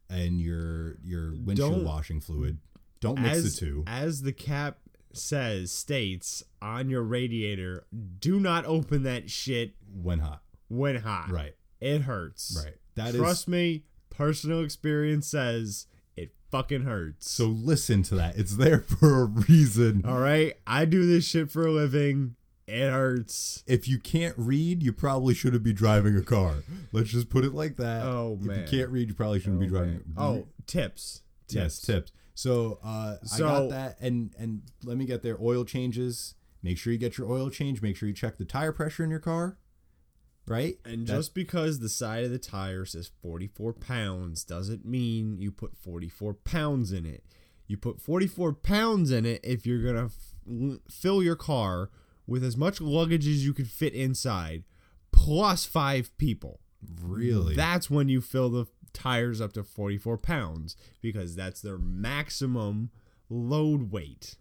S1: and your your windshield
S2: Don't-
S1: washing fluid. Don't mix
S2: as,
S1: the two.
S2: As the cap says, states on your radiator, do not open that shit
S1: when hot.
S2: when hot.
S1: Right.
S2: It hurts.
S1: Right. That is.
S2: Trust me, personal experience says it fucking hurts.
S1: so listen to that. It's there for a reason.
S2: all right, I do this shit for a living. It hurts.
S1: if you can't read, you probably shouldn't be driving a car. Let's just put it like that.
S2: Oh,
S1: if
S2: man.
S1: you can't read, you probably shouldn't be driving.
S2: Oh, tips. Tips.
S1: yes, tips. So, uh, I
S2: So-
S1: got that, and and let me get there. Oil changes. Make sure you get your oil change. Make sure you check the tire pressure in your car. Right.
S2: And
S1: That-
S2: just because the side of the tire says 44 pounds doesn't mean you put 44 pounds in it. You put 44 pounds in it if you're going to f- l- fill your car with as much luggage as you can fit inside, plus five people.
S1: really.
S2: That's when you fill the tires up to 44 pounds because that's their maximum load weight.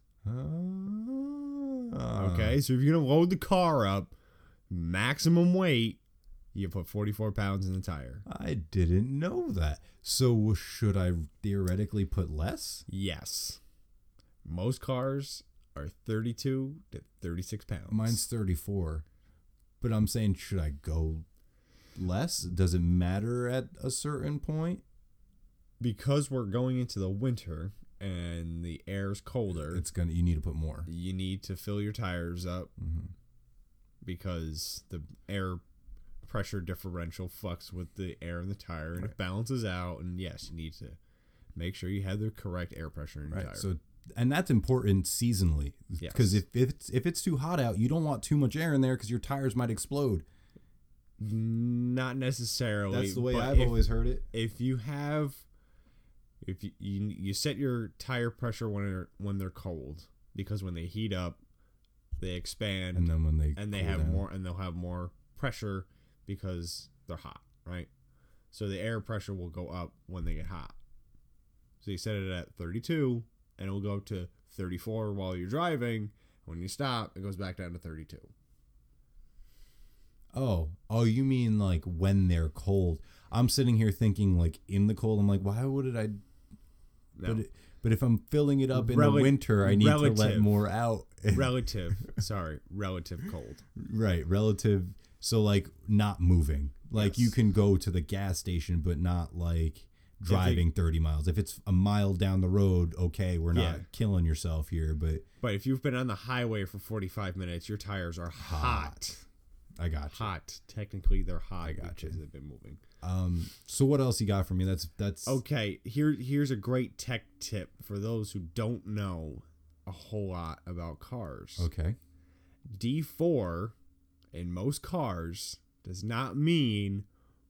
S1: Ah.
S2: Okay, so if you're gonna load the car up, maximum weight, you put 44 pounds in the tire.
S1: I didn't know that. So should I theoretically put less?
S2: Yes, most cars are 32 to 36 pounds.
S1: Mine's 34. But I'm saying, should I go less? Does it matter at a certain point?
S2: because we're going into the winter and the air's colder.
S1: It's gonna. You need to put more.
S2: you need to fill your tires up
S1: Mhm.
S2: because the air pressure differential fucks with the air in the tire and it balances out. And yes, you need to make sure you have the correct air pressure in your
S1: Right.
S2: tire.
S1: So, and that's important seasonally
S2: Yes.
S1: because if, if it's if it's too hot out, you don't want too much air in there because your tires might explode.
S2: Not necessarily.
S1: That's the way
S2: but
S1: I've
S2: if,
S1: always heard it.
S2: If you have, if you, you you set your tire pressure when they're when they're cold because when they heat up, they expand
S1: And
S2: and,
S1: then when they
S2: they
S1: cool
S2: have
S1: down-
S2: more and they'll have more pressure because they're hot, right? So the air pressure will go up when they get hot. So you set it at 32 and it'll go to 34 while you're driving. When you stop, it goes back down to 32.
S1: Oh, oh, you mean like when they're cold? I'm sitting here thinking like in the cold. I'm like, why would I?
S2: No.
S1: But it, but if I'm filling it up in
S2: Rel-
S1: the winter, I need to let
S2: relative.
S1: more out.
S2: relative sorry relative cold
S1: Right, relative. So like not moving. Like you
S2: Yes.
S1: can go to the gas station, but not like driving thirty miles. If it's a mile down the road, okay, we're not
S2: Yeah.
S1: killing yourself here, but
S2: but if you've been on the highway for 45 minutes your tires are hot
S1: I got you.
S2: hot technically they're hot I
S1: gotcha.
S2: they've been moving
S1: Um, so what else you got for me? That's that's
S2: okay here here's a great tech tip for those who don't know a whole lot about cars
S1: okay.
S2: d4 in most cars does not mean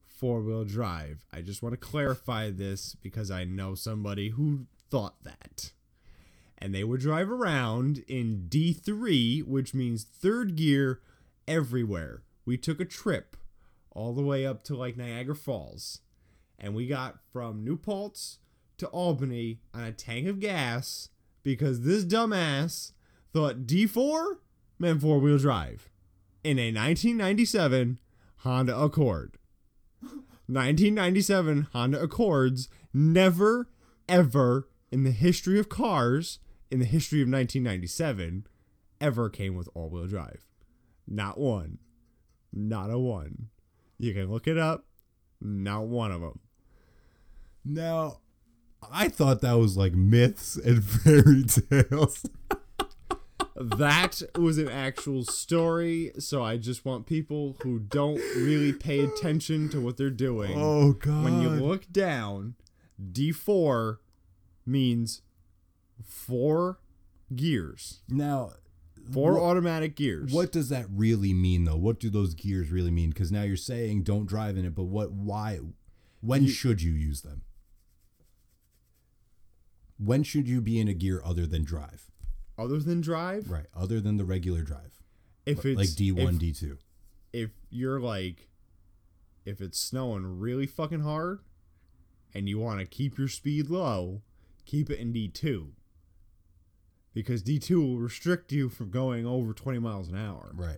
S2: four-wheel drive i just want to clarify this because i know somebody who thought that and they would drive around in D3, which means third gear everywhere. We took a trip all the way up to like Niagara Falls, and we got from New Paltz to Albany on a tank of gas because this dumbass thought D4 meant four wheel drive in a 1997 Honda Accord. 1997 Honda Accords never, ever in the history of cars, in the history of 1997, ever came with all wheel drive. Not one. Not a one. You can look it up. Not one of them.
S1: Now I thought that was like myths and fairy tales.
S2: That was an actual story, so I just want people who don't really pay attention to what they're doing.
S1: oh god.
S2: when you look down, D4 means four gears,
S1: now
S2: four
S1: What-
S2: automatic gears.
S1: What does that really mean, though? What do those gears really mean? Because now you're saying don't drive in it, but what? Why? When should you use them? When should you be in a gear other than drive?
S2: other than drive?
S1: Right, other than the regular drive.
S2: if it's
S1: like D one,
S2: if-
S1: D two.
S2: if you're like if it's snowing really fucking hard and you want to keep your speed low, keep it in D2. Because D2 will restrict you from going over 20 miles an hour.
S1: Right.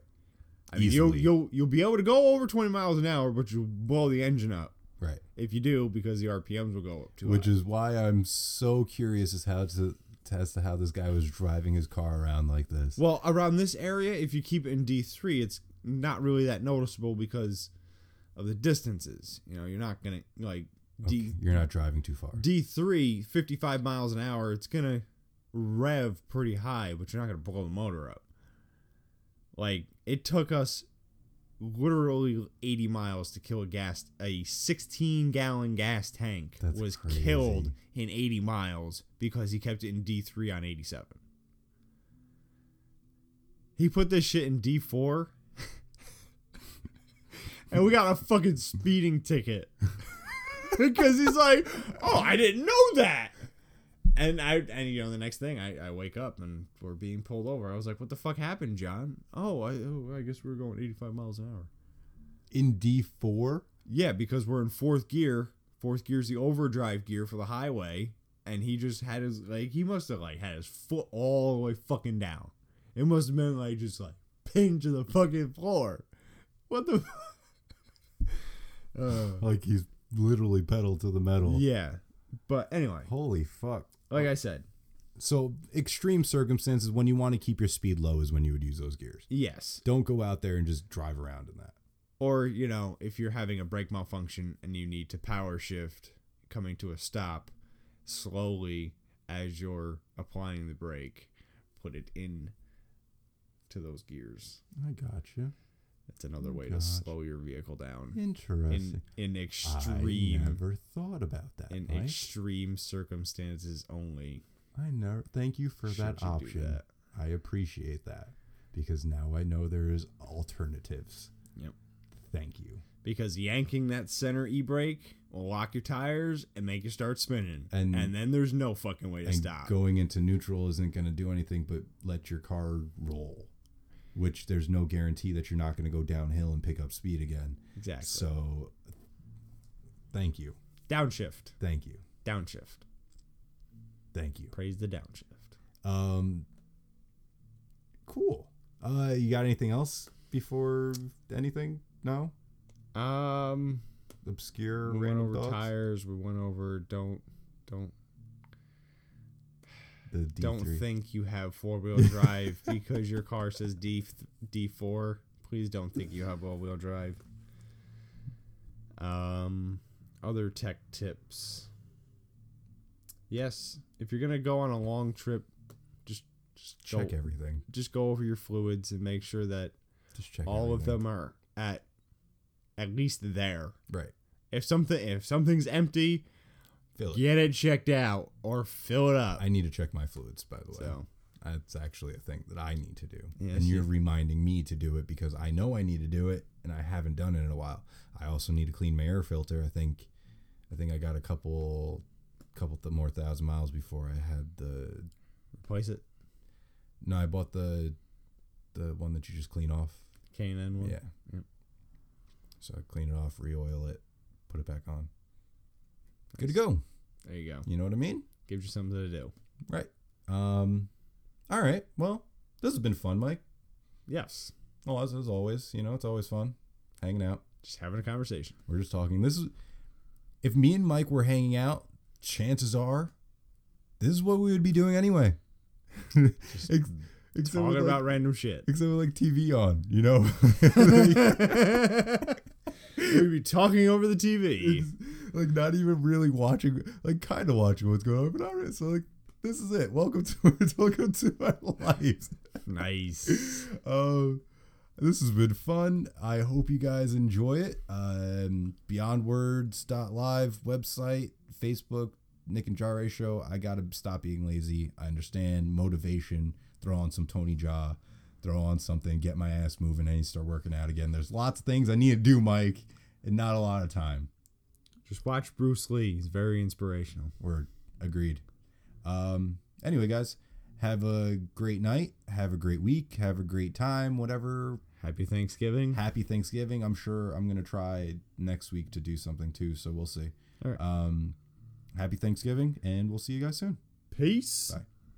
S2: I mean, you'll,
S1: Easily.
S2: you'll you'll be able to go over 20 miles an hour, but you'll blow the engine up
S1: Right.
S2: if you do because the RPMs will go up too
S1: Which
S2: high.
S1: is why I'm so curious as how to as to how this guy was driving his car around like this.
S2: well, around this area, if you keep it in D3, it's not really that noticeable because of the distances. You know, you're not going to like D
S1: Okay, You're not driving too far.
S2: D3, 55 miles an hour, it's going to rev pretty high, but you're not going to blow the motor up. Like, it took us literally 80 miles to kill a gas, a 16 gallon gas tank
S1: That's
S2: was
S1: crazy.
S2: killed in 80 miles because he kept it in D3 on 87. He put this shit in D4. and we got a fucking speeding ticket because he's like, "Oh, I didn't know that." And I and you know the next thing I, I wake up and we're being pulled over. I was like, "What the fuck happened, John?" Oh, I oh, I guess we were going 85 miles an hour.
S1: In D four,
S2: Yeah, because we're in fourth gear. Fourth gear's the overdrive gear for the highway, and he just had his like he must have like had his foot all the way fucking down. It must have been like just like pinned to the fucking floor. What the? uh,
S1: like he's literally pedal to the metal.
S2: yeah, but anyway,
S1: Holy fuck.
S2: like I said,
S1: So extreme circumstances when you want to keep your speed low is when you would use those gears.
S2: yes.
S1: Don't go out there and just drive around in that.
S2: Or, you know, if you're having a brake malfunction and you need to power shift coming to a stop slowly as you're applying the brake, put it in to those gears.
S1: I gotcha.
S2: That's another way to
S1: Oh Gosh.
S2: slow your vehicle down in
S1: Interesting.
S2: in
S1: I
S2: extreme
S1: never thought about that.
S2: in
S1: Mike.
S2: extreme circumstances only.
S1: I never. Thank you for
S2: should you
S1: that
S2: do
S1: option.
S2: that.
S1: I appreciate that because now I know there is alternatives.
S2: Yep.
S1: Thank you.
S2: Because yanking that center e brake will lock your tires and make you start spinning,
S1: And-
S2: and, then there's no fucking way to
S1: and
S2: stop.
S1: going into neutral isn't going to do anything but let your car roll, which there's no guarantee that you're not going to go downhill and pick up speed again.
S2: exactly.
S1: So, thank you,
S2: downshift,
S1: thank you,
S2: downshift.
S1: thank you.
S2: Praise the downshift.
S1: Um, cool. Uh, you got anything else before anything? No,
S2: Um,
S1: obscure
S2: we went
S1: random
S2: over
S1: thoughts?
S2: tires. We went over don't don't
S1: The D3.
S2: don't think you have four wheel drive because your car says D D four. Please don't think you have all wheel drive. Um, other tech tips. Yes, if you're gonna go on a long trip, just just
S1: Check
S2: go,
S1: everything.
S2: Just go over your fluids and make sure that
S1: Just check
S2: all of
S1: everything.
S2: them are at at least there.
S1: Right.
S2: If something if something's empty,
S1: Fill it.
S2: get it checked out or fill it up.
S1: I need to check my fluids, by the way.
S2: So
S1: That's actually a thing that I need to do.
S2: Yes,
S1: and you're
S2: you-
S1: reminding me to do it because I know I need to do it and I haven't done it in a while. I also need to clean my air filter. I think I think I got a couple couple th- more thousand miles before I had the
S2: replace it.
S1: No, I bought the the one that you just clean off.
S2: K and N one.
S1: Yeah.
S2: Yep.
S1: So I clean it off, re-oil it, put it back on. Good to
S2: Nice.
S1: go.
S2: There you go.
S1: You know what I mean?
S2: Gives you something to do.
S1: Right. Um. All right. Well, this has been fun, Mike.
S2: Yes.
S1: Well, as, as always, you know, it's always fun hanging out.
S2: Just having a conversation.
S1: We're just talking. This is if me and Mike were hanging out, chances are this is what we would be doing anyway. Ex- except,
S2: Talking
S1: with
S2: about
S1: like,
S2: random shit.
S1: except with like TV on, you know.
S2: We'd be talking over the TV.
S1: like not even really watching, like kind of watching what's going on, but not really. So like this is it. Welcome to welcome to our lives.
S2: nice.
S1: um, this has been fun. I hope you guys enjoy it. Um, BeyondWords.live website, Facebook, Nick and Jare show. I gotta stop being lazy. I understand motivation. Throw on some Tony Jaw. Throw on something. Get my ass moving. I need to start working out again. There's lots of things I need to do, Mike, and not a lot of time.
S2: Just watch Bruce Lee. He's very inspirational.
S1: Word. Agreed. Um, anyway, guys, Have a great night. Have a great week. Have a great time. Whatever.
S2: Happy Thanksgiving.
S1: Happy Thanksgiving. I'm sure I'm gonna try next week to do something too. So we'll see.
S2: All right.
S1: Um, happy Thanksgiving, and we'll see you guys soon.
S2: Peace.
S1: Bye.